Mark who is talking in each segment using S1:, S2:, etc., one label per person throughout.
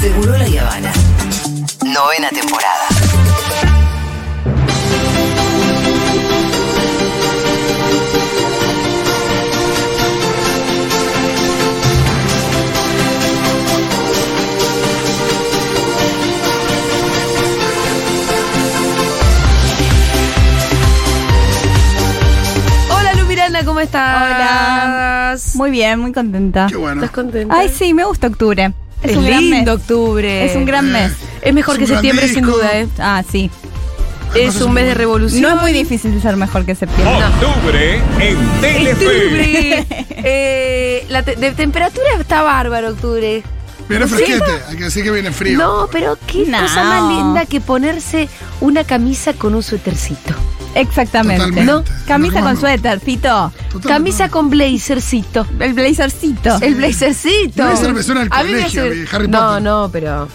S1: Seguro la Habana. Novena temporada.
S2: Hola Lu Miranda, ¿cómo estás?
S3: Muy bien, muy contenta.
S4: Qué bueno.
S2: ¿Estás contenta?
S3: Ay, sí, me gusta octubre. Es,
S2: es
S3: un gran
S2: lindo
S3: mes.
S2: octubre.
S3: Es un gran mes.
S2: Es mejor
S4: Eh, Es
S2: que
S4: un gran
S2: septiembre sin
S4: disco.
S2: duda, ¿eh?
S3: Ah, sí.
S2: Es un mes de revolución.
S3: No es muy difícil ser mejor que septiembre.
S5: Octubre en Telefe.
S2: Octubre. Eh, la te- de temperatura está bárbaro octubre.
S4: Viene fresquete, hay que decir que viene frío.
S2: No, pero qué
S3: No.
S2: cosa más linda que ponerse una camisa con un suétercito.
S3: Exactamente.
S4: Totalmente.
S2: No,
S3: Camisa
S4: ¿Cómo
S3: con
S4: no?
S3: suéter, Fito.
S4: Total,
S2: Camisa con blazercito.
S3: El blazercito.
S2: El blazercito.
S4: No es el beso en el
S2: A mí me
S4: colegio,
S2: hace-
S4: de Harry
S2: No,
S4: Potter.
S2: no, pero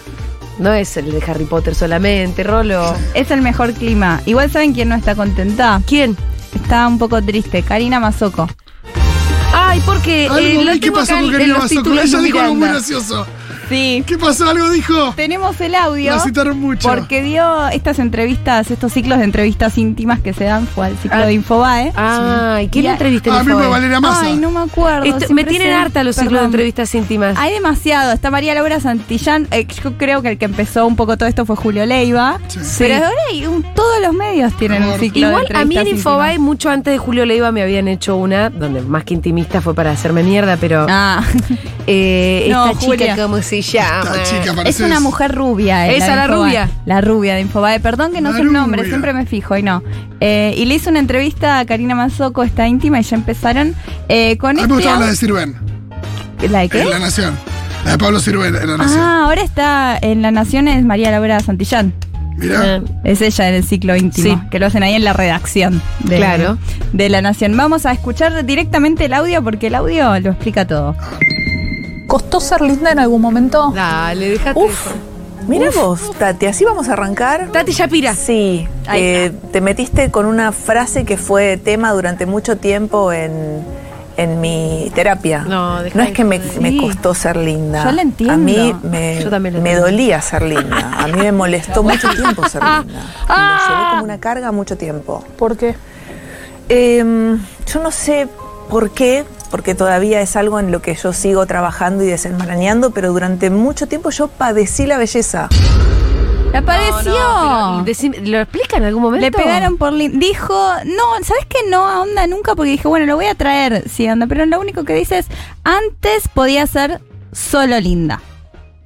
S2: no es el de Harry Potter solamente, Rolo.
S3: Es el mejor clima. Igual saben quién no está contenta.
S2: ¿Quién?
S3: Está un poco triste. Karina Mazoco.
S2: Ay, porque
S4: Algo
S2: eh,
S4: vi
S2: lo
S4: que
S2: tengo
S4: pasó
S2: acá
S4: con
S2: en
S4: Karina
S2: los
S4: Mazoco.
S2: títulos
S4: Ella
S2: de
S4: dijo algo muy
S2: Miranda.
S4: gracioso.
S3: Sí.
S4: ¿Qué pasó? Algo dijo.
S3: Tenemos el audio.
S4: La citaron mucho.
S3: Porque dio estas entrevistas, estos ciclos de entrevistas íntimas que se dan, fue al ciclo
S2: Ah.
S3: de Infobae.
S2: Ay, ¿quién la
S3: Y-
S2: entrevista?
S4: A mí
S2: Nicole?
S4: me Valeria Massa.
S3: Ay, no me acuerdo.
S2: Esto- Este, me
S3: siempre
S2: tienen
S3: se-
S2: harta los ciclos de
S3: Perdón.
S2: entrevistas íntimas.
S3: Hay demasiado. Está María Laura Santillán. eh, yo creo que el que empezó un poco todo esto fue Julio Leiva.
S4: Sí.
S2: Sí.
S3: Pero ahora hay un- todos los medios tienen un
S4: Amor.
S3: ciclo
S2: Igual
S3: de
S2: a mí en
S3: entrevistas
S2: Infobae,
S3: íntimas.
S2: mucho antes de Julio Leiva, me habían hecho una, donde más que intimista fue para hacerme mierda, pero
S3: Ah,
S2: eh,
S3: No,
S2: esta
S3: Julia.
S2: chica, ¿cómo se llama? Ah,
S4: Esta chica
S3: es
S4: parece.
S3: una mujer rubia. eh,
S2: Esa,
S3: de
S2: la
S3: Infobae.
S2: rubia.
S3: La rubia de Infobae. Perdón que no
S4: La
S3: sé el nombre,
S4: rubia.
S3: siempre me fijo y no. Eh, y le hizo una entrevista a Karina Mazoco, está íntima, y ya empezaron eh,
S4: A
S3: con
S4: mí Ah, me
S3: este
S4: gustaba la de
S3: au-
S4: Sirven.
S3: ¿La de qué?
S4: En La Nación. La de Pablo Sirven en La Nación.
S3: ¿Eh? Ah, ahora está en La Nación es María Laura Santillán.
S4: Mirá.
S2: Ah.
S3: Es ella en el ciclo íntimo,
S2: Sí.
S3: que lo hacen ahí en la redacción de,
S2: Claro.
S3: de La Nación. Vamos a escuchar directamente el audio porque el audio lo explica todo.
S6: ¿Costó ser linda en algún momento?
S2: Dale, déjate.
S7: Uf, mira vos, Tati, así vamos a arrancar.
S2: Tati Shapira.
S7: Sí,
S3: Ahí
S7: eh, te metiste con una frase que fue tema durante mucho tiempo en, en mi terapia.
S2: No, deja
S7: es que me,
S2: de-
S7: me
S3: Sí.
S7: costó ser linda.
S3: Yo la entiendo.
S7: A mí me,
S2: Yo también la
S7: me
S2: entiendo.
S7: dolía ser linda. A mí me molestó mucho tiempo ser linda. Lo llevé como una carga mucho tiempo.
S6: ¿Por qué?
S7: Eh, yo no sé por qué, porque todavía es algo en lo que yo sigo trabajando y desenmarañando, pero durante mucho tiempo yo padecí la belleza.
S3: ¡La padeció!
S2: Decime, ¿Lo explica en algún momento?
S3: le pegaron por lin- Dijo, no, ¿sabes qué? No, a onda nunca porque dije, bueno, lo voy a traer, sí, onda. Pero lo único que dice es, antes podía ser solo linda.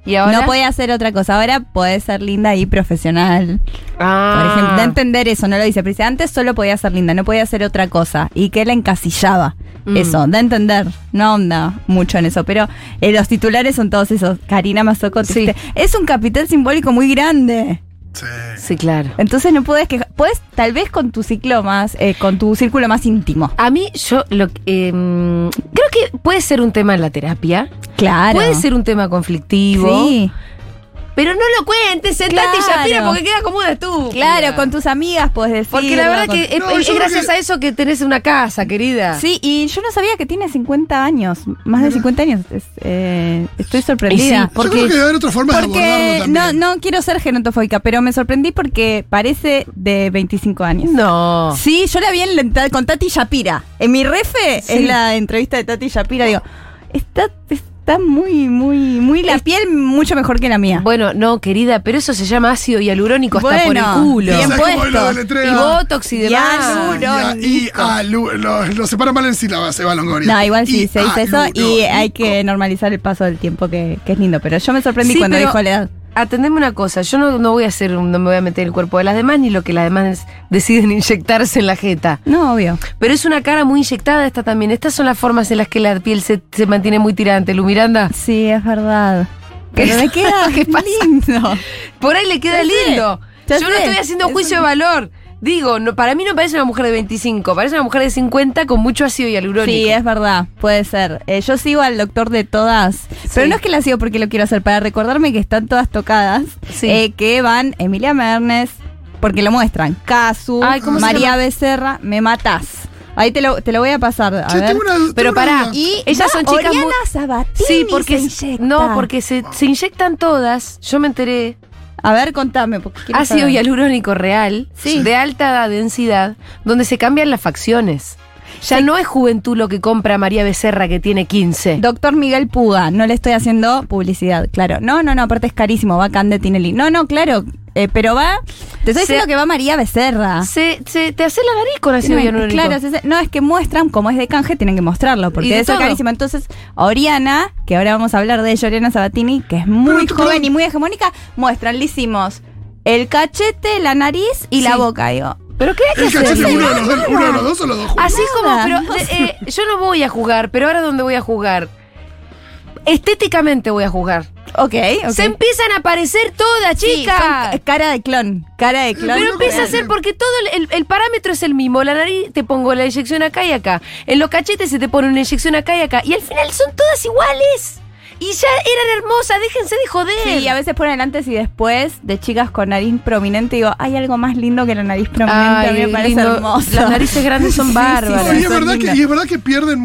S2: ¿Y ahora?
S3: No podía hacer otra cosa. Ahora podés ser linda y profesional. Por
S2: Ah.
S3: ejemplo, de entender eso, no lo dice, pero dice, antes solo podía ser linda, no podía hacer otra cosa. Y que la encasillaba.
S2: Mm.
S3: Eso, da a entender. No onda mucho en eso. Pero eh, los titulares son todos esos. Karina Mazoco
S2: Sí.
S3: triste. Es un capital simbólico muy grande.
S4: Sí.
S2: Sí, claro.
S3: Entonces no puedes que Puedes, tal vez con tu ciclo más, eh, con tu círculo más íntimo.
S2: A mí, yo lo que, eh, creo que puede ser un tema en la terapia.
S3: Claro.
S2: Puede ser un tema conflictivo.
S3: Sí.
S2: Pero no lo cuentes, en
S3: Claro.
S2: Tati Shapira, porque queda como una estúpida.
S3: Oh, Claro, con tus amigas puedes decir.
S2: Porque la verdad que es,
S4: No,
S2: es-
S4: yo
S2: es
S4: creo
S2: gracias
S4: que-
S2: a eso que tenés una casa, querida.
S3: Sí, y yo no sabía que tiene 50 años, más de 50 años. Es, eh, estoy sorprendida.
S2: Y sí,
S4: Yo creo que debe haber otras formas de abordarlo
S3: Porque no,
S4: también.
S3: no quiero ser gerontofóbica, pero me sorprendí porque parece de 25 años.
S2: No.
S3: Sí, yo la vi en la- con Tati Shapira. En mi refe
S2: Sí.
S3: es la entrevista de Tati Shapira. Digo, está, está muy, muy, muy la piel mucho mejor que la mía.
S2: Bueno, no, querida, pero eso se llama ácido hialurónico hasta por el
S3: Bueno,
S2: culo.
S4: bien
S2: O sea,
S4: puesto.
S2: como lo deletrea. Y botox y demás.
S3: Hialuro- no,
S4: Ah, Y a Lu- lo, lo separa mal en sílabas, Eva Longoria.
S3: No, igual sí,
S4: Y
S3: se dice
S4: a
S3: eso
S4: Lu-
S3: y
S4: no,
S3: hay
S4: no.
S3: que normalizar el paso del tiempo, que, que es lindo. Pero yo me sorprendí
S2: Sí,
S3: cuando
S2: pero-
S3: dijo la edad.
S2: Atendeme una cosa, yo no, no voy a hacer, un- no me voy a meter en el cuerpo de las demás ni lo que las demás deciden inyectarse en la jeta.
S3: No, obvio.
S2: Pero es una cara muy inyectada esta también. Estas son las formas en las que la piel se, se mantiene muy tirante, Lu Miranda.
S3: Sí, es verdad. Pero me queda
S2: ¿Qué pasa?
S3: lindo.
S2: Por ahí le queda
S3: Ya sé,
S2: lindo.
S3: ya
S2: Yo no
S3: sé.
S2: estoy haciendo
S3: Es
S2: juicio de valor. Digo, no- para mí no parece una mujer de 25, parece una mujer de 50 con mucho ácido hialurónico.
S3: Sí, es verdad, puede ser. Eh, yo sigo al doctor de todas, pero
S2: Sí.
S3: no es que la sigo porque lo quiero hacer, para recordarme que están todas tocadas,
S2: Sí.
S3: eh, que van Emilia Mernes, porque lo muestran, Casu,
S2: Ay, ¿cómo se
S3: María Becerra, me matás. Ahí te lo, te lo voy a pasar. A
S4: Che,
S3: ver.
S4: tengo una-
S2: Pero
S4: tengo una
S2: pará,
S4: duda.
S3: Y
S2: ellas
S3: va
S2: son chicas muy-
S3: Oriana Sabatini
S2: Sí, porque
S3: se inyecta.
S2: no, porque se, se inyectan todas. Yo me enteré
S3: A ver, contame. porque quiero
S2: ácido
S3: saber.
S2: hialurónico real
S3: Sí.
S2: de alta densidad, donde se cambian las facciones. Ya no es juventud lo que compra María Becerra que tiene 15.
S3: Doctor Miguel Puga, no le estoy haciendo publicidad, claro. No, no, no, aparte es carísimo, va Cande Tinelli. No, no, claro, eh, pero va. Te estoy
S2: Se-
S3: diciendo que va María Becerra.
S2: se, se- te hace la nariz con ácido
S3: Tienen-
S2: hialurónico.
S3: claro, se- se- no, es que muestran, como es de canje, tienen que mostrarlo,
S2: Y de
S3: porque eso es
S2: todo.
S3: carísimo. Entonces, Oriana, que ahora vamos a hablar de ella, Oriana Sabatini, que es muy
S4: Pero-
S3: joven
S4: pero-
S3: y muy hegemónica, muestran, le hicimos el cachete, la nariz y la
S2: Sí.
S3: boca, digo.
S2: ¿Pero qué hay que
S4: El
S2: hacer?
S4: cachete, uno de, los, dos- uno de los dos o los dos juntos.
S2: Así como,
S3: Nada.
S2: pero eh, eh, yo no voy a jugar, pero ahora dónde voy a jugar. Estéticamente voy a jugar.
S3: Ok, ok.
S2: Se empiezan a aparecer todas,
S3: Sí,
S2: chicas.
S3: son cara de clon, cara de clon.
S2: Pero
S4: Claro,
S2: empieza a
S4: claro.
S2: ser porque todo el, el- el parámetro es el mismo. La nariz te pongo la inyección acá y acá. En los cachetes se te pone una inyección acá y acá. Y al final son todas iguales. Y ya eran hermosas, déjense de joder.
S3: Sí, a veces ponen antes y después de chicas con nariz prominente. Digo, hay algo más lindo que la nariz prominente.
S2: Ay,
S3: a mí me parece
S2: lindo.
S3: hermoso.
S2: Las narices grandes son
S3: Sí, sí,
S2: bárbaras.
S4: No,
S3: sí,
S4: y, es
S3: son
S4: verdad que,
S3: lindas.
S4: y es verdad que pierden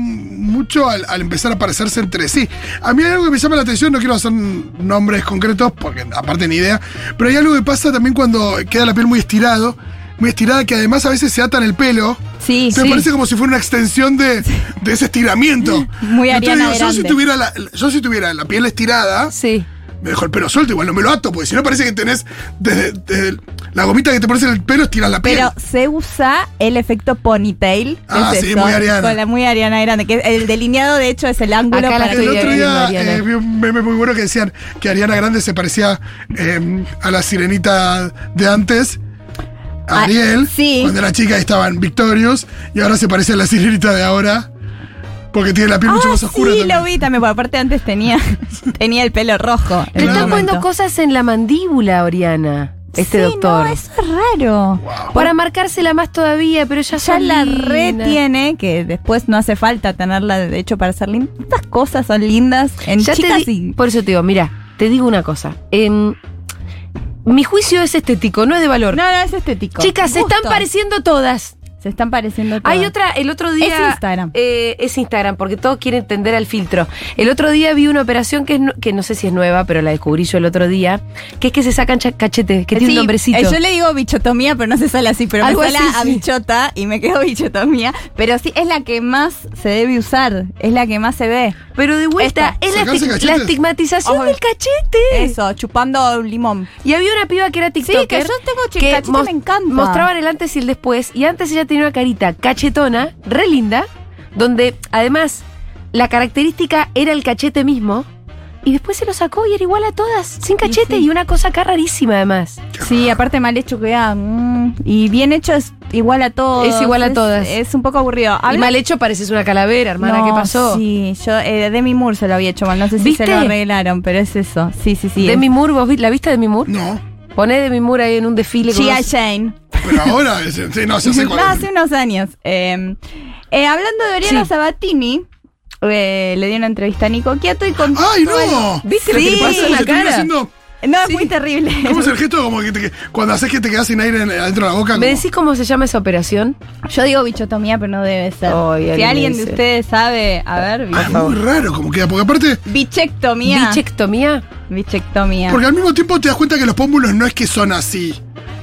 S4: mucho al, al empezar a parecerse entre sí. A mí hay algo que me llama la atención, no quiero hacer nombres concretos, porque aparte ni idea, pero hay algo que pasa también cuando queda la piel muy estirado, muy estirada, que además a veces se atan el pelo.
S3: Sí,
S4: Entonces
S3: sí.
S4: parece como si fuera una extensión de, de ese estiramiento.
S3: Muy
S4: Yo te
S3: Ariana
S4: digo, yo, si
S3: Grande.
S4: tuviera la, yo si tuviera la piel estirada,
S2: Sí.
S4: me dejo el pelo suelto, igual no me lo ato, porque si no parece que tenés desde, desde la gomita que te pones en el pelo, estiras la piel.
S3: Pero se usa el efecto ponytail. que
S4: Ah,
S3: es
S4: sí,
S3: eso,
S4: muy Ariana.
S3: Con la muy Ariana Grande. Que el delineado, de hecho, es el ángulo
S2: Acá la
S3: para
S2: estoy
S4: El
S3: que-
S4: otro
S2: viendo,
S4: día
S2: Ariana.
S4: eh, vi un meme muy bueno que decían que Ariana Grande se parecía eh, a la sirenita de antes. a
S3: Ah,
S4: Ariel,
S3: sí.
S4: cuando era chica y estaban victorios, y ahora se parece a la sirenita de ahora, porque tiene la piel mucho
S3: Ah,
S4: más oscura.
S3: sí, lo
S4: también.
S3: vi también. Porque aparte antes tenía, tenía el pelo rojo.
S2: Le
S3: en un
S2: están
S3: momento.
S2: poniendo cosas en la mandíbula, Oriana.
S3: Sí,
S2: Este doctor.
S3: No, eso es raro.
S2: Para marcársela más todavía, pero ya
S3: ya
S2: son
S3: la
S2: lindas.
S3: retiene, que después no hace falta tenerla, de hecho, para ser linda. Estas cosas son lindas en
S2: Ya te
S3: chicas
S2: di-
S3: y...
S2: Por eso te digo, mira, te digo una cosa. Em, mi juicio es estético, no es de valor.
S3: No, no, es estético.
S2: Chicas, se están
S3: Gusto.
S2: pareciendo todas.
S3: Se están pareciendo todas.
S2: Hay otra, el otro día.
S3: Es Instagram.
S2: eh, es Instagram, porque todos quieren tender al filtro. El otro día vi una operación que, es nu- que no sé si es nueva, pero la descubrí yo el otro día, que es que se sacan cha- cachetes, que
S3: Sí,
S2: tiene un nombrecito.
S3: eh, yo le digo bichotomía, pero no se sale así, pero
S2: Algo
S3: me sale
S2: así,
S3: a
S2: sí.
S3: bichota y me quedo bichotomía. Pero sí, es la que más se debe usar, es la que más se ve.
S2: Pero de vuelta,
S3: Esta.
S2: es la,
S4: ¿Sacarse
S2: estic-
S4: cachetes?
S2: la estigmatización
S3: Ojo.
S2: del cachete.
S3: Eso, chupando un limón.
S2: Y había una piba que era TikToker.
S3: que yo tengo chi- cachete, me encanta.
S2: Mostraban el antes y el después. Y antes ella tenía una carita cachetona, re linda, donde además la característica era el cachete mismo. Y después se lo sacó y era igual a todas, sin cachete
S3: sí.
S2: y una cosa acá rarísima además.
S3: Sí, aparte mal hecho queda. mm, y bien hecho es igual a todos.
S2: Es igual a todas.
S3: Es un poco aburrido.
S2: Y
S3: Habla-
S2: mal hecho pareces una calavera, hermana,
S3: No,
S2: ¿qué pasó?
S3: Sí, yo, eh, Demi Moore se lo había hecho mal, no sé si
S2: ¿Viste?
S3: se lo arreglaron, pero es eso. Sí, sí, sí.
S2: Demi Moore, ¿vos vi- la viste de Demi Moore?
S4: No,
S2: Poné Demi Moore ahí en un desfile. con
S3: G.I.
S2: unos-
S3: Jane.
S4: pero ahora, es- sí, no, ya sé
S3: No,
S4: cuál es.
S3: hace unos años. Eh, eh, hablando de Oriana
S2: Sí.
S3: Sabatini, eh, le di una entrevista a Nico Quiato y contó.
S4: ¡Ay, no!
S2: ¿Viste lo que
S3: Sí,
S2: le pasó
S4: Como
S2: en la
S4: si estuviera
S2: cara?
S4: haciendo-
S3: No, es muy terrible.
S4: ¿Cómo es el gesto? Como que te- cuando haces que te quedas sin aire en- adentro de la boca.
S2: ¿Me
S4: como-
S2: decís cómo se llama esa operación?
S3: Yo digo bichotomía, pero no debe ser.
S2: Ay,
S3: si
S2: alguien
S3: alguien de
S2: dice.
S3: ustedes sabe, a ver,
S4: Ah,
S3: bi-
S4: es muy raro como queda, porque aparte,
S3: bichectomía.
S2: ¿Bichectomía?
S3: bichectomía.
S4: porque al mismo tiempo te das cuenta que los pómulos no es que son así.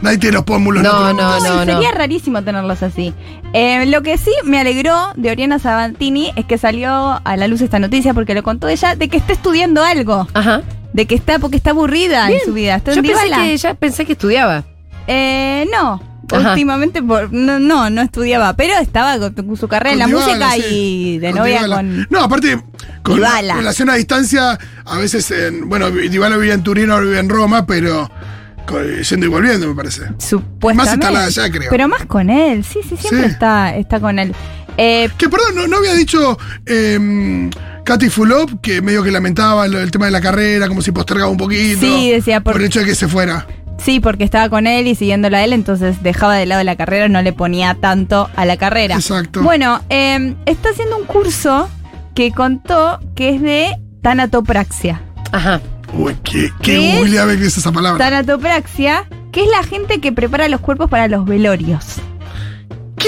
S4: Nadie tiene los pómulos.
S2: No,
S4: no,
S2: no,
S3: Ay,
S2: no, no.
S3: sería rarísimo tenerlos así. Eh, lo que sí me alegró de Oriana Sabatini es que salió a la luz esta noticia porque lo contó ella de que está estudiando algo,
S2: Ajá.
S3: de que está porque está aburrida
S2: Bien.
S3: en su vida. Está
S2: Yo
S3: en
S2: pensé
S3: Dybala.
S2: que ya pensé que estudiaba.
S3: Eh, no.
S2: Ajá.
S3: Últimamente por, no, no, no estudiaba, pero estaba con, con su carrera en la
S4: Con Dybala,
S3: música
S4: sí.
S3: y de
S4: Con
S3: novia
S4: Dybala.
S3: con.
S4: No, aparte, con la
S3: Dybala.
S4: relación a distancia, a veces, en, bueno, Dybala vivía en Turín, ahora vive en Roma, pero con- yendo y volviendo, me parece.
S3: Supuestamente.
S4: Más instalada allá, creo.
S3: Pero más con él, sí, sí, siempre
S4: Sí.
S3: Está, está con él. Eh,
S4: Que perdón, no, no había dicho eh, Katy Fulop que medio que lamentaba lo- el tema de la carrera, como si postergaba un poquito.
S3: Sí, decía, por-
S4: por, el hecho de que se fuera.
S3: sí, porque estaba con él y siguiéndola a él, entonces dejaba de lado la carrera, no le ponía tanto a la carrera.
S4: Exacto.
S3: Bueno, eh, está haciendo un curso que contó que es de tanatopraxia.
S2: Ajá.
S4: Uy, qué,
S3: ¿Qué
S4: qué
S3: es?
S4: googleable que es esa palabra.
S3: Tanatopraxia, que es la gente que prepara los cuerpos para los velorios.
S4: ¿Qué?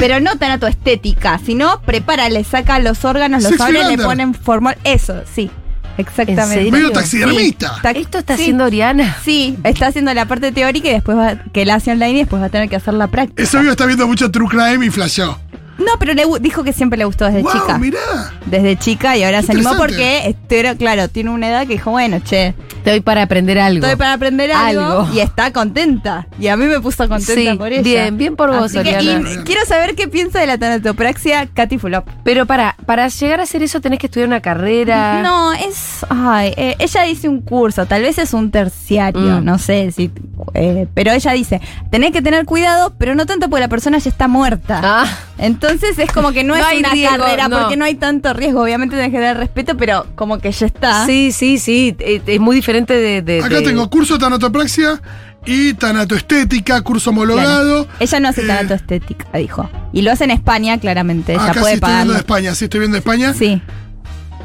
S3: Pero no tan a tu estética, sino prepara, le saca los órganos, los
S4: Sexy
S3: abre, le
S4: Lander.
S3: ponen formal. Eso, sí.
S2: ¿En
S3: Exactamente.
S2: serio?
S4: Medio taxidermista.
S3: tac-
S2: Esto está
S3: sí.
S2: haciendo Oriana.
S3: Sí, está haciendo la parte teórica y después va, que la hace online y después va a tener que hacer la práctica.
S4: Ese obvio está viendo mucho True Crime y flasheó.
S3: No, pero le gu- dijo que siempre le gustó desde
S4: ¡Wow!
S3: Eh, chica.
S4: Mirá.
S3: Desde chica y ahora
S4: Qué
S3: se animó
S4: interesante.
S3: porque, este, era- claro, tiene una edad que dijo, bueno, che,
S2: Estoy para aprender algo.
S3: estoy para aprender algo,
S2: Algo.
S3: y está contenta. Y a mí me puso contenta
S2: Sí,
S3: por ella.
S2: bien, bien por vos,
S3: Así que,
S2: Oriana.
S3: y quiero saber qué piensa de la tanatopraxia Katy Fulop.
S2: Pero para, para llegar a hacer eso tenés que estudiar una carrera.
S3: No, es. Ay, eh, ella dice un curso, tal vez es un terciario,
S2: Mm.
S3: no sé si. eh, pero ella dice: tenés que tener cuidado, pero no tanto porque la persona ya está muerta.
S2: Ah.
S3: Entonces es como que no,
S2: No
S3: es
S2: hay
S3: una
S2: riesgo,
S3: carrera
S2: no.
S3: porque no hay tanto riesgo. Obviamente tenés que dar respeto, pero como que ya está.
S2: Sí, sí, sí. eh, Es muy diferente de.
S3: Eh,
S2: de-
S4: Acá
S2: de-
S4: tengo curso de tanatopraxia y tanatoestética, curso homologado.
S3: Ella no hace
S4: Eh,
S3: tanto estética, dijo. Y lo hace en España, claramente.
S4: Acá
S3: Ella
S4: sí
S3: puede
S4: Ah, estoy viendo de
S3: pagarlo.
S4: España, sí estoy viendo de España.
S3: Sí.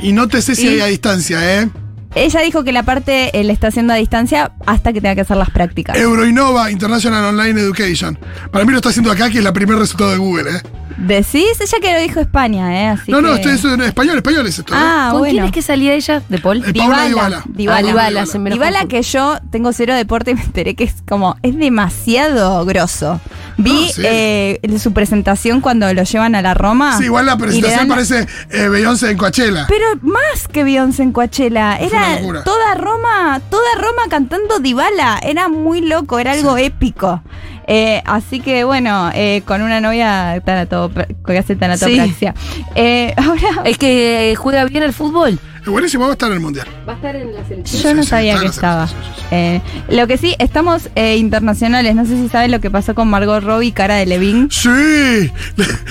S4: Y no te sé si
S3: Y-
S4: hay a distancia, ¿eh?
S3: Ella dijo que la parte eh, la está haciendo a distancia hasta que tenga que hacer las prácticas.
S4: Euroinova International Online Education. Para mí lo está haciendo acá, que es el primer resultado de Google, ¿eh?
S3: ¿Decís? Ella que lo dijo España, ¿eh? Así
S4: no, no,
S3: que-
S4: esto es en español, español es esto. ¿eh?
S3: Ah,
S2: ¿Con
S3: bueno.
S2: quién es que salía ella? ¿De Paul?
S4: Eh, Paula Dybala.
S3: Dybala.
S2: Ah, Dybala, se me lo
S3: Dybala
S2: confundo.
S3: que yo tengo cero deporte y me enteré que es como, es demasiado grosso. Vi
S4: No, sí.
S3: eh, su presentación cuando lo llevan a la Roma.
S4: sí, igual la
S3: ah. y le
S4: presentación
S3: dan-
S4: parece eh, Beyoncé en Coachella.
S3: Pero más que Beyoncé en Coachella.
S4: Es una
S3: Era
S4: locura.
S3: toda Roma, toda Roma cantando Dybala. Era muy loco, era algo épico. Eh, así que bueno, eh, con una novia tanato- que hace tanatopraxia. Eh, ahora,
S2: Es que eh, juega bien al fútbol.
S4: Es buenísimo, va a estar en el mundial.
S2: Va a estar en la selección.
S3: Yo
S4: Sí,
S3: no
S4: sí,
S3: sabía que
S4: está en la
S3: estaba.
S4: selección, sí, sí,
S3: Eh, lo que sí, estamos eh, internacionales. No sé si saben lo que pasó con Margot Robbie y Cara de Levin.
S4: Sí.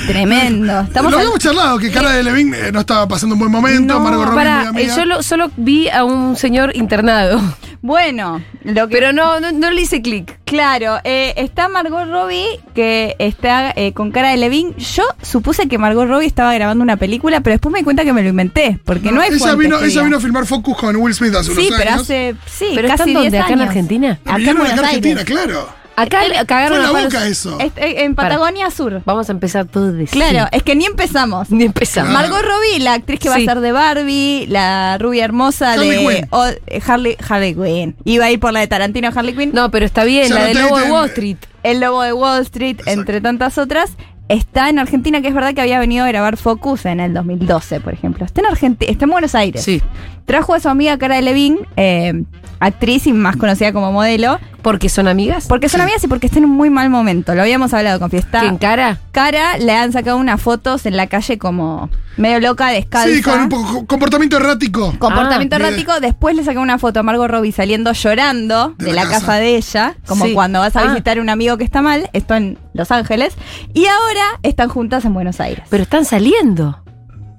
S3: Tremendo. Estamos
S4: lo
S3: al-
S4: habíamos charlado, que Cara de Levin eh, no estaba pasando un buen momento.
S3: No,
S4: Margot Robbie muy
S2: Para,
S4: amiga.
S2: eh, yo lo- solo vi a un señor internado.
S3: Bueno, lo que.
S2: Pero no, no, no le hice clic.
S3: Claro, eh, está Margot Robbie que está eh, con cara de Levin. Yo supuse que Margot Robbie estaba grabando una película, pero después me di cuenta que me lo inventé, porque no, hay
S4: ella
S3: fuentes
S4: vino,
S3: que
S4: ella
S3: digan.
S4: vino a filmar Focus con Will Smith hace
S3: Sí,
S4: unos
S3: pero
S4: años.
S3: hace sí,
S2: ¿Pero
S3: casi
S2: están
S3: 10
S2: dónde? ¿Acá en
S3: años.
S2: Argentina?
S4: No,
S3: Acá en
S4: vinieron acá
S3: Buenos
S4: a Argentina,
S3: Aires.
S4: claro.
S2: Acá le
S4: Fue
S2: cagaron
S4: en la
S2: a palos.
S4: boca eso.
S3: Este- en
S2: Para.
S3: Patagonia Sur.
S2: Vamos a empezar todo de
S3: Claro,
S2: cero.
S3: es que ni empezamos.
S2: Ni empezamos.
S4: Claro.
S3: Margot Robbie, la actriz que va a
S2: Sí.
S3: ser de Barbie, la rubia hermosa
S4: Harley
S3: de
S4: Quinn.
S3: o- eh, Harley, Harley Quinn. Iba a ir por la de Tarantino, Harley Quinn.
S2: No, pero está bien,
S4: Ya
S2: la
S4: no
S2: de
S4: te
S2: Lobo de
S4: dicen-
S2: Wall Street.
S3: El Lobo de Wall Street,
S4: Exacto.
S3: entre tantas otras. Está en Argentina, que es verdad que había venido a grabar Focus en el 2012, por ejemplo. Está en Argentina, está en Buenos Aires.
S2: Sí.
S3: Trajo a su amiga Cara de Levin, eh, actriz y más conocida como modelo,
S2: Porque son amigas.
S3: porque son amigas y porque está en un muy mal momento. Lo habíamos hablado con Fiesta.
S2: Que en cara.
S3: Cara le han sacado unas fotos en la calle como medio loca, descalza.
S4: Sí, con un poco con comportamiento errático.
S3: Comportamiento
S4: Ah, bien.
S3: errático. Después le saqué una foto a Margot Robbie saliendo llorando de, la casa. de ella, como
S2: Sí.
S3: cuando vas a
S2: Ah.
S3: visitar a un amigo que está mal. Esto en Los Ángeles. Y ahora están juntas en Buenos Aires.
S2: Pero están saliendo.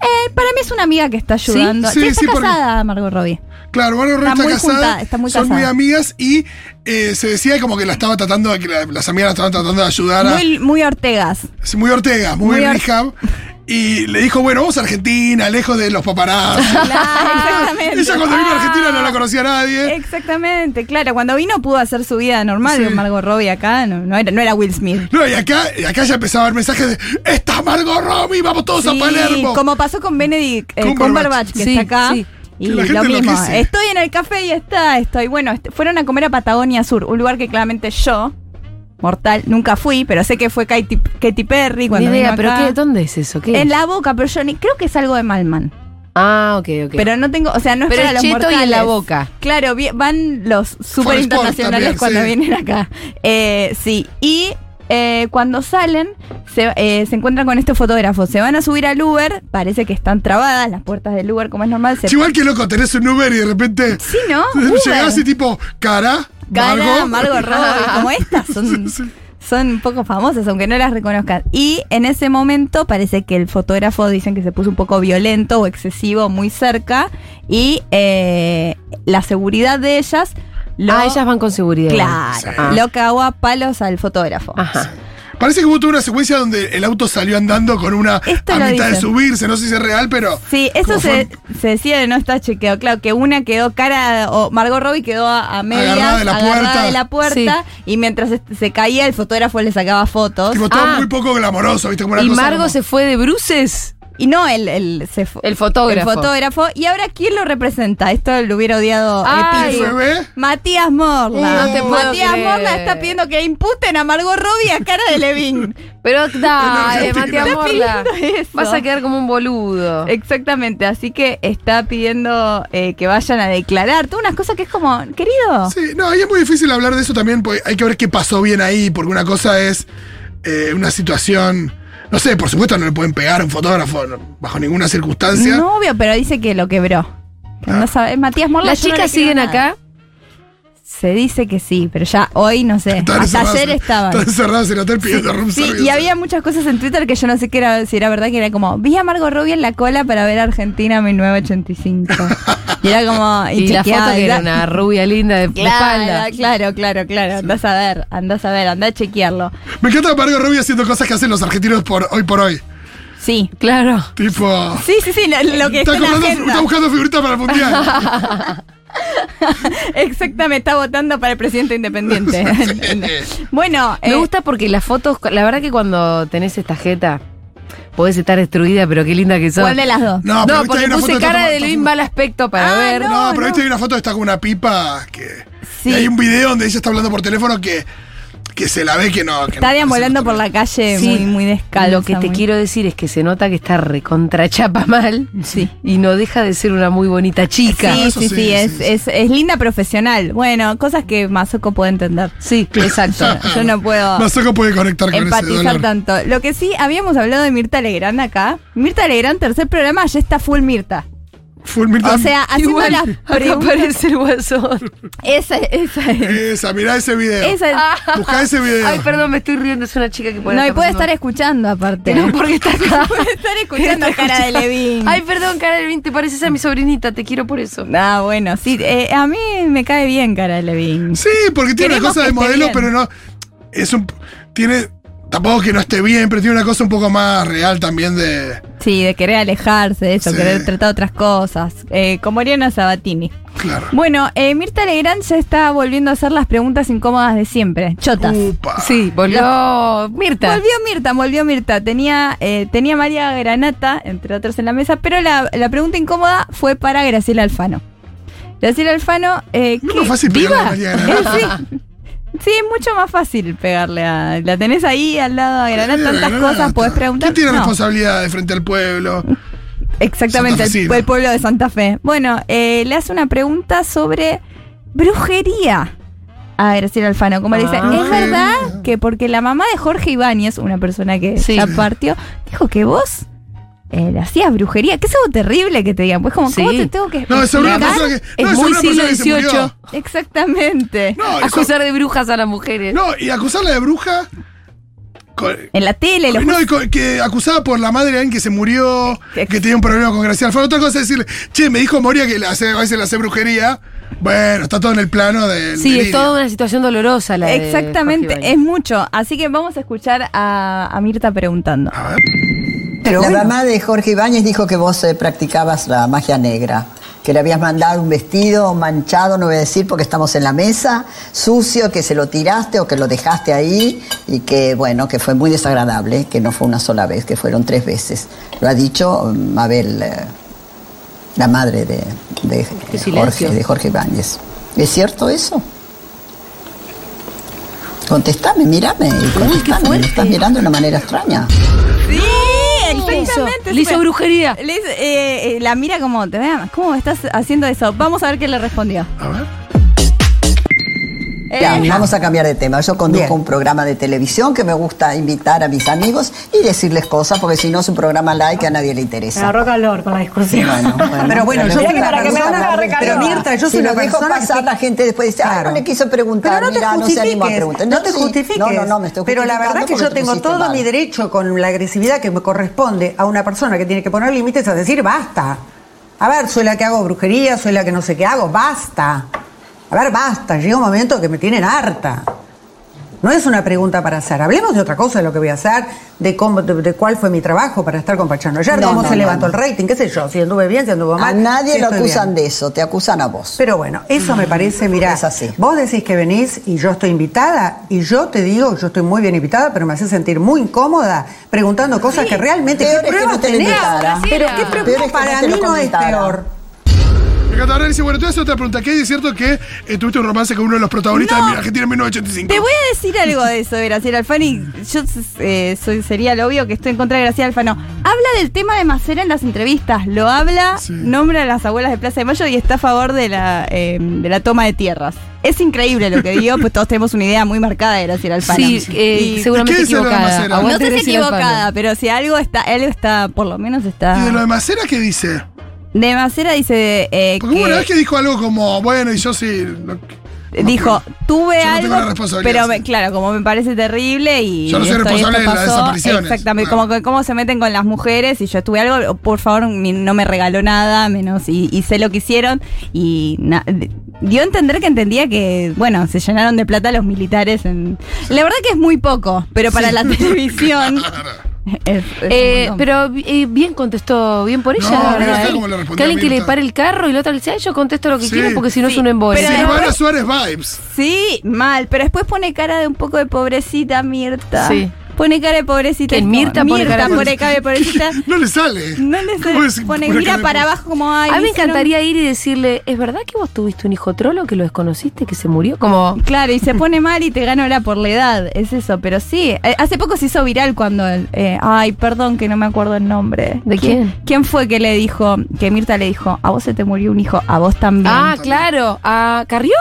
S3: Eh, para mí es una amiga que está ayudando.
S4: Sí,
S3: Sí, está
S4: sí, porque-
S3: casada Margot Robbie.
S4: Claro, Margot Robbie
S3: Está
S4: está,
S3: muy
S4: casada,
S3: juntada, está muy
S4: son
S3: casada.
S4: muy amigas y eh, se decía como que la estaba tratando, de- que la- las amigas la estaban tratando de ayudar a...
S3: Muy, muy Ortegas.
S4: Sí, muy Ortega, muy,
S3: Muy Or-
S4: Rehab. Y le dijo, bueno, vamos a Argentina, lejos de los paparazzi.
S3: exactamente.
S4: Ella cuando vino a Argentina no la
S3: Ah.
S4: conocía a nadie.
S3: Exactamente, claro. Cuando vino pudo hacer su vida normal
S4: Sí.
S3: de Margot Robbie acá. No, no era, no era Will Smith.
S4: No, y acá, y acá ya empezaba el mensaje de ¡Está Margot Robbie! ¡Vamos todos a
S3: Sí,
S4: Palermo!
S3: Como pasó con Benedict eh,
S4: Cumberbatch.
S3: Cumberbatch, que
S2: Sí,
S3: está acá.
S2: sí.
S3: Y
S4: Que la
S3: lo
S4: gente
S3: mismo,
S4: enloquece.
S3: estoy en el café y está, estoy. Bueno, est- fueron a comer a Patagonia Sur, un lugar que claramente yo, mortal, nunca fui, pero sé que fue Katy, Katy Perry
S2: Ni
S3: cuando
S2: idea,
S3: vino
S2: pero
S3: acá.
S2: ¿qué? ¿Dónde es eso? ¿Qué?
S3: En
S2: es?
S3: la boca, pero yo ni- creo que es algo de Malman.
S2: Ah, ok, ok.
S3: Pero no tengo, o sea, no es
S2: Pero
S3: para los
S2: es cheto y en
S3: mortales.
S2: la boca.
S3: Claro, vi- van los super
S4: Sport
S3: internacionales
S4: también,
S3: cuando
S4: sí.
S3: vienen acá. Eh, sí, y eh, cuando salen, se, eh, se encuentran con estos fotógrafos. Se van a subir al Uber, parece que están trabadas las puertas del Uber, como es normal. Se,
S4: Es Igual que loco, tenés un Uber y de repente
S3: sí, ¿no?
S4: llegás y tipo, cara,
S3: Cara,
S4: Margot.
S3: Margot Robbie, como estas son,
S4: Sí, sí.
S3: son un poco famosas, aunque no las reconozcan. Y en ese momento parece que el fotógrafo dicen que se puso un poco violento o excesivo muy cerca y eh, la seguridad de ellas lo,
S2: Ah, ellas van con seguridad.
S3: claro,
S2: Ah.
S3: lo cagó a palos al fotógrafo.
S2: Ajá.
S4: Parece que hubo toda una secuencia donde el auto salió andando con una
S3: Esto
S4: a
S3: lo
S4: mitad de
S3: dicen.
S4: subirse, no sé si es real, pero.
S3: Sí, eso
S4: como
S3: se,
S4: fue
S3: se decía de no está chequeado. Claro, que una quedó cara, o Margot Robbie quedó a, a medias,
S4: Agarrada de la puerta.
S3: de la puerta, y mientras este- se caía, el fotógrafo le sacaba fotos.
S4: Tipo, todo
S2: Ah.
S4: muy poco glamoroso, ¿viste? Como una
S2: Y
S4: cosa
S2: Margo
S4: como-
S2: se fue de bruces.
S3: Y no el, el, se fu-
S2: El fotógrafo.
S3: el fotógrafo. Y ahora, ¿quién lo representa? Esto lo hubiera odiado eh,
S2: Ay.
S3: Pitu.
S4: ¿FB?
S3: Matías Morla.
S4: No te puedo
S3: Matías
S2: creer.
S3: Morla está pidiendo que imputen a Margot Robbie a cara de Levin.
S2: Pero dale,
S4: Argentina.
S2: Matías
S4: Está
S2: Morla.
S3: pidiendo eso. Eh,
S2: Vas a quedar como un boludo.
S3: Exactamente, así que está pidiendo eh, que vayan a declarar. Tú unas cosas que es como, querido.
S4: Sí, no, ahí es muy difícil hablar de eso también, porque hay que ver qué pasó bien ahí, porque una cosa es eh, una situación. No sé, por supuesto no le pueden pegar a un fotógrafo no, bajo ninguna circunstancia.
S3: No, obvio, pero dice que lo quebró. Que No sabe, Matías Morla.
S2: Las
S3: yo no le
S2: chicas
S3: creo
S2: siguen
S3: nada.
S2: acá.
S3: Se dice que sí, pero ya hoy no sé.
S4: Están
S3: Hasta
S4: encerrados-
S3: ayer estaban.
S4: Están encerrados en el hotel pidiendo room
S3: Sí,
S4: service.
S3: y había muchas cosas en Twitter que yo no sé qué era, si era verdad que era como, vi a Margot Robbie en la cola para ver Argentina 1985. y era como,
S2: Y la foto que era
S3: inchequeable.
S2: una rubia linda de de espalda.
S3: Claro, claro, claro, claro. Andás a ver, andás a ver, andá a chequearlo.
S4: Me encanta Margot Robbie haciendo cosas que hacen los argentinos por hoy por hoy.
S3: Sí.
S2: Claro.
S4: Tipo.
S3: Sí, sí, sí, lo, lo que está,
S4: está,
S3: en la
S4: comprando-
S3: agenda.
S4: está buscando figuritas para el mundial.
S3: Exactamente, está votando para el presidente independiente. bueno,
S2: Me
S3: eh,
S2: gusta porque las fotos, la verdad que cuando tenés esta jeta, podés estar destruida, pero qué linda que sos.
S3: ¿cuál de las dos?
S2: no,
S4: No, pero viste, hay
S2: porque
S4: una foto
S2: puse
S4: que
S2: cara
S4: está
S2: de
S4: como-
S2: Luis mal aspecto para
S3: Ah,
S2: ver.
S3: no.
S4: No, pero viste, hay una foto que está con una pipa que.
S3: Sí.
S4: y hay un video donde ella está hablando por teléfono que, que se la ve que no. que no-
S3: Está deambulando por la calle
S2: Sí.
S3: muy, muy descalza.
S2: Lo que te
S3: muy-
S2: quiero decir es que se nota que está recontrachapa mal
S3: Sí.
S2: y no deja de ser una muy bonita chica.
S3: Sí,
S4: eso
S3: sí, sí,
S4: sí, sí,
S3: es,
S4: sí.
S3: Es, es linda profesional. Bueno, cosas que Mazoco puede entender.
S2: Sí, exacto.
S3: Yo no puedo
S4: Mazoco puede conectar con ese
S3: empatizar
S4: dolor.
S3: tanto. Lo que sí, habíamos hablado de Mirta Legrand acá. Mirta Legrand, tercer programa, ya está full Mirta.
S4: Full Mirta-
S3: O sea, haciendo
S2: Igual,
S3: las
S2: acá
S3: preguntas-
S2: aparece el guasón.
S3: Esa, esa es.
S4: Esa, mirá ese video.
S3: Esa es.
S4: Buscá ese video.
S2: Ay, perdón, me estoy riendo, es una chica que puede
S3: no, y puede estar
S2: pasando-
S3: escuchando aparte.
S2: No, porque está acá.
S3: puede estar escuchando
S2: Está
S3: cara de
S2: escuchando.
S3: Levin.
S2: Ay, perdón, cara de Levin, te pareces a mi sobrinita, te quiero por eso.
S3: Ah, bueno, sí. eh, a mí me cae bien cara de Levin.
S4: Sí, porque tiene una
S3: Queremos
S4: cosa
S3: que
S4: de
S3: esté
S4: modelo,
S3: bien.
S4: pero no. Es un. Tiene. Tampoco que no esté bien, pero tiene una cosa un poco más real también de.
S3: Sí, de querer alejarse de eso,
S4: Sí.
S3: querer tratar otras cosas. Eh, como Oriana Sabatini.
S4: Claro.
S3: Bueno, eh, Mirta Legrand ya está volviendo a hacer las preguntas incómodas de siempre. Chotas.
S4: Upa.
S2: Sí, volvió Mirta.
S3: Volvió Mirta, volvió Mirta. Tenía, eh, tenía María Granata, entre otros, en la mesa, pero la, la pregunta incómoda fue para Graciela Alfano. Graciela Alfano, eh,
S4: No es
S3: ¿qué-
S4: más fácil pegarle
S3: ¿viva?
S4: a María Granata.
S3: Eh, sí. Sí, es mucho más fácil pegarle a. La tenés ahí al lado a Granata, tantas
S4: Granata.
S3: cosas, podés preguntar.
S4: Eh, ¿Quién tiene
S3: No,
S4: responsabilidad de frente al pueblo?
S3: Exactamente, el,
S4: Santafesino.
S3: el pueblo de Santa Fe. Bueno, eh, le hace una pregunta sobre brujería a Graciela Alfano. Como le dice,
S2: Ah.
S3: ¿es verdad que porque la mamá de Jorge Ibáñez, una persona que
S2: Sí.
S3: ya partió, dijo que vos eh, le hacías brujería? Que es algo terrible que te digan. Pues como, ¿cómo
S2: Sí.
S3: te tengo que
S4: No, es sobre una
S3: explicar?
S4: persona que.
S2: es
S4: No, es sobre
S2: muy
S4: una persona que se
S2: siglo XVIII.
S4: murió.
S3: Exactamente.
S4: No, y so-
S2: Acusar de brujas a las mujeres.
S4: no, y acusarla de bruja. con-
S3: En la tele, los
S4: No, y co- que acusada por la madre de alguien que se murió, que
S3: Ex-
S4: tenía un problema con Graciela Alfano. Otra cosa es decir, che, me dijo Moria que le hace- a veces le hace brujería. Bueno, está todo en el plano del.
S2: Sí, es
S4: delirio.
S2: toda una situación dolorosa la de
S3: Exactamente,
S2: Jorge
S3: es
S2: Ibáñez.
S3: mucho. Así que vamos a escuchar a, a Mirta preguntando.
S4: A ver.
S8: la mamá de Jorge Ibáñez dijo que vos eh, practicabas la magia negra, que le habías mandado un vestido manchado, no voy a decir porque estamos en la mesa, sucio, que se lo tiraste o que lo dejaste ahí y que, bueno, que fue muy desagradable, que no fue una sola vez, que fueron tres veces. Lo ha dicho mm, Mabel, eh, la madre de, de, eh,
S2: Qué silencio.
S8: Jorge, de Jorge Ibáñez. ¿Es cierto eso? Contestame, mírame, contestame, me estás mirando de una manera extraña.
S3: Sí,
S2: ¿Qué hizo?
S3: exactamente.
S2: Le hizo
S3: súper-
S2: brujería.
S3: Le hizo- eh, eh, la mira como, te vea, ¿cómo estás haciendo eso? Vamos a ver qué le respondió.
S4: A ver.
S8: Ya,
S3: Eh,
S8: vamos a cambiar de tema. Yo conduzco un programa de televisión que me gusta invitar a mis amigos y decirles cosas, porque si no es un programa like a nadie le interesa.
S9: Agarró calor con la discusión.
S8: pero bueno, yo
S9: que para que me van a agarrar
S8: Pero
S9: calor.
S8: Mirta, yo soy una persona que la gente después dice, ah, no le quiso preguntar,
S9: Pero no te
S8: mirá, no se animó a
S9: justifiques,
S8: preguntar.
S9: No, te
S8: sí,
S9: justifiques.
S8: No, no, no, me estoy
S9: Pero la verdad es que yo
S8: justificando
S9: tengo
S8: porque tú
S9: todo
S8: hiciste
S9: mi
S8: mal.
S9: derecho con la agresividad que me corresponde a una persona que tiene que poner límites a decir basta. A ver, soy la que hago brujería, soy la que no sé qué hago, basta. A ver, basta. Llega un momento que me tienen harta. No es una pregunta para hacer. Hablemos de otra cosa, de lo que voy a hacer, de cómo, de, de cuál fue mi trabajo para estar con Pachano ayer,
S8: No,
S9: cómo
S8: no,
S9: se
S8: no,
S9: levantó
S8: no.
S9: el rating, qué sé yo, si anduve bien, si anduvo
S8: A
S9: mal.
S8: nadie
S9: si
S8: lo
S9: estoy
S8: acusan
S9: bien.
S8: de eso, te acusan a vos.
S9: Pero bueno, eso me parece, mirá,
S8: Es así.
S9: vos decís que venís y yo estoy invitada y yo te digo, yo estoy muy bien invitada, pero me hace sentir muy incómoda preguntando cosas que realmente
S8: Peor
S9: ¿qué
S8: es que
S9: pruebas
S8: no te lo
S9: tenés?
S8: invitara.
S9: Pero qué
S8: Peor
S9: pruebas
S8: es que no
S9: para
S8: te lo
S9: mí no es
S8: comentara.
S9: peor.
S4: Me encanta. Ahora dice, bueno, entonces otra pregunta. ¿Qué hay de cierto que eh, tuviste un romance con uno de los protagonistas
S3: No.
S4: de Argentina en 1985?
S3: Te voy a decir algo de eso, de Graciela Alfani. Yo eh, soy, sería lo obvio que estoy en contra de Graciela Alfano. Habla del tema de Macera en las entrevistas. Lo habla,
S4: Sí.
S3: nombra a las abuelas de Plaza de Mayo y está a favor de la, eh, de la toma de tierras. Es increíble lo que digo, pues todos tenemos una idea muy marcada de Graciela Alfano.
S2: Sí, eh,
S3: Y-
S2: seguramente
S4: ¿Y qué es el
S2: equivocada.
S4: almacén?
S3: no
S2: Aguante
S3: sé si
S2: Graciela Alfano.
S3: equivocada, pero si algo está, algo está, por lo menos está.
S4: ¿Y de lo de Macera qué dice?
S3: De Macera dice eh,
S4: Porque hubo una vez
S3: que
S4: que dijo algo como, bueno, y yo sí. lo-
S3: dijo, tuve
S4: Yo no tengo
S3: algo,
S4: la responsabilidad,
S3: pero
S4: sí.
S3: me- claro, como me parece terrible y
S4: Yo no soy
S3: esto y esto
S4: responsable de las desapariciones. Ah.
S3: Exactamente,
S4: Claro.
S3: como que- cómo se meten con las mujeres y yo tuve algo, por favor, mi- no me regaló nada, menos y, y sé lo que hicieron y na- de- dio a entender que entendía que, bueno, se llenaron de plata los militares en La verdad que es muy poco, pero para la televisión es- es un
S2: Eh,
S3: montón.
S2: pero eh, bien contestó, bien por ella,
S4: No,
S2: la
S4: mira,
S2: verdad,
S4: está
S2: ¿eh?
S4: como le respondió
S2: Que
S4: a
S2: alguien
S4: mí,
S2: que le
S4: está.
S2: pare el carro y la otra le dice, "Ay, yo contesto lo que
S4: Sí.
S2: quiero porque si no es un embole.
S3: Pero-
S4: Silvana Suárez Vibes.
S3: Sí, mal, pero después pone cara de un poco de pobrecita Mirta.
S2: Sí.
S3: Pone cara de pobrecita.
S2: ¿Quién?
S3: No,
S2: Mirta pone cara de-
S3: pone cara de pobrecita.
S4: No le sale.
S3: No
S4: ¿Cómo
S3: le
S4: es
S3: sé. Pone,
S4: una
S3: mira
S4: cara de-
S3: para abajo como hay.
S2: a mí me encantaría ir y decirle, ¿es verdad que vos tuviste un hijo trolo que lo desconociste, que se murió? Como,
S3: Claro, y se pone mal y te gana ahora por la edad. Es eso, pero sí. eh, Hace poco se hizo viral cuando. el, eh, ay, perdón que no me acuerdo el nombre.
S2: ¿De quién?
S3: ¿Quién fue que le dijo, que Mirta le dijo, a vos se te murió un hijo, a vos también?
S2: ah, claro, ¿a Carrió?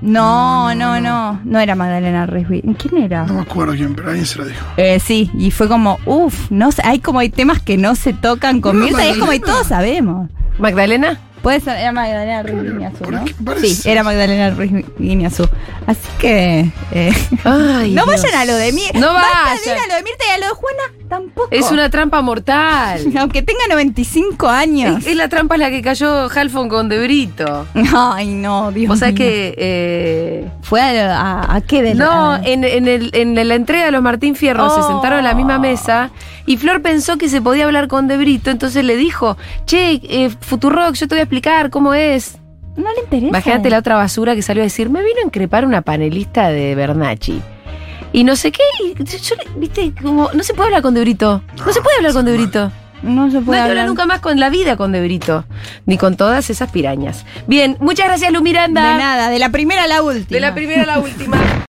S3: no, no, no, no. era Magdalena Risby. ¿Quién era?
S4: No me acuerdo quién, pero alguien se lo dijo.
S3: Eh, sí, y fue como, uff, no sé, hay como hay temas que no se tocan con
S4: No,
S3: Mirta y es como y
S4: Magdalena.
S3: todos sabemos.
S2: ¿Magdalena?
S3: Puede ser, era Magdalena Ruiz Guiñazú,
S4: ¿Por
S3: ¿no?
S4: qué parece?
S3: Sí, era Magdalena Ruiz Guiñazú. Así que eh,
S2: Ay,
S3: no
S2: Dios.
S3: vayan a lo de Mirta.
S2: No
S3: Basta de ir
S2: vayan.
S3: a lo de Mirta y a lo de Juana tampoco.
S2: Es una trampa mortal.
S3: aunque tenga 95 años.
S2: es, es la trampa en la que cayó Halfon con Debrito.
S3: Ay, no, Dios
S2: Vos sabés
S3: mío.
S2: que... eh,
S3: fue a, lo- a- a qué de
S2: No,
S3: la-
S2: en, en el- en la entrega de los Martín Fierro se
S3: Oh.
S2: sentaron en la misma mesa y Flor pensó que se podía hablar con Debrito, entonces le dijo, che, eh, Futurock, yo te voy a explicar cómo es.
S3: no le interesa.
S2: Imagínate la otra basura que salió a decir, me vino a increpar una panelista de Bernacchi. Y no sé qué, y yo- yo le- viste, como, no se puede hablar con Debrito, no, se puede hablar con Debrito.
S3: No se
S2: No
S3: puede
S2: hay
S3: hablar
S2: que hablar nunca más con la vida con Debrito, ni con todas esas pirañas. Bien, muchas gracias Lu
S3: de
S2: Miranda.
S3: nada, de la primera a la última.
S2: De la primera a la última.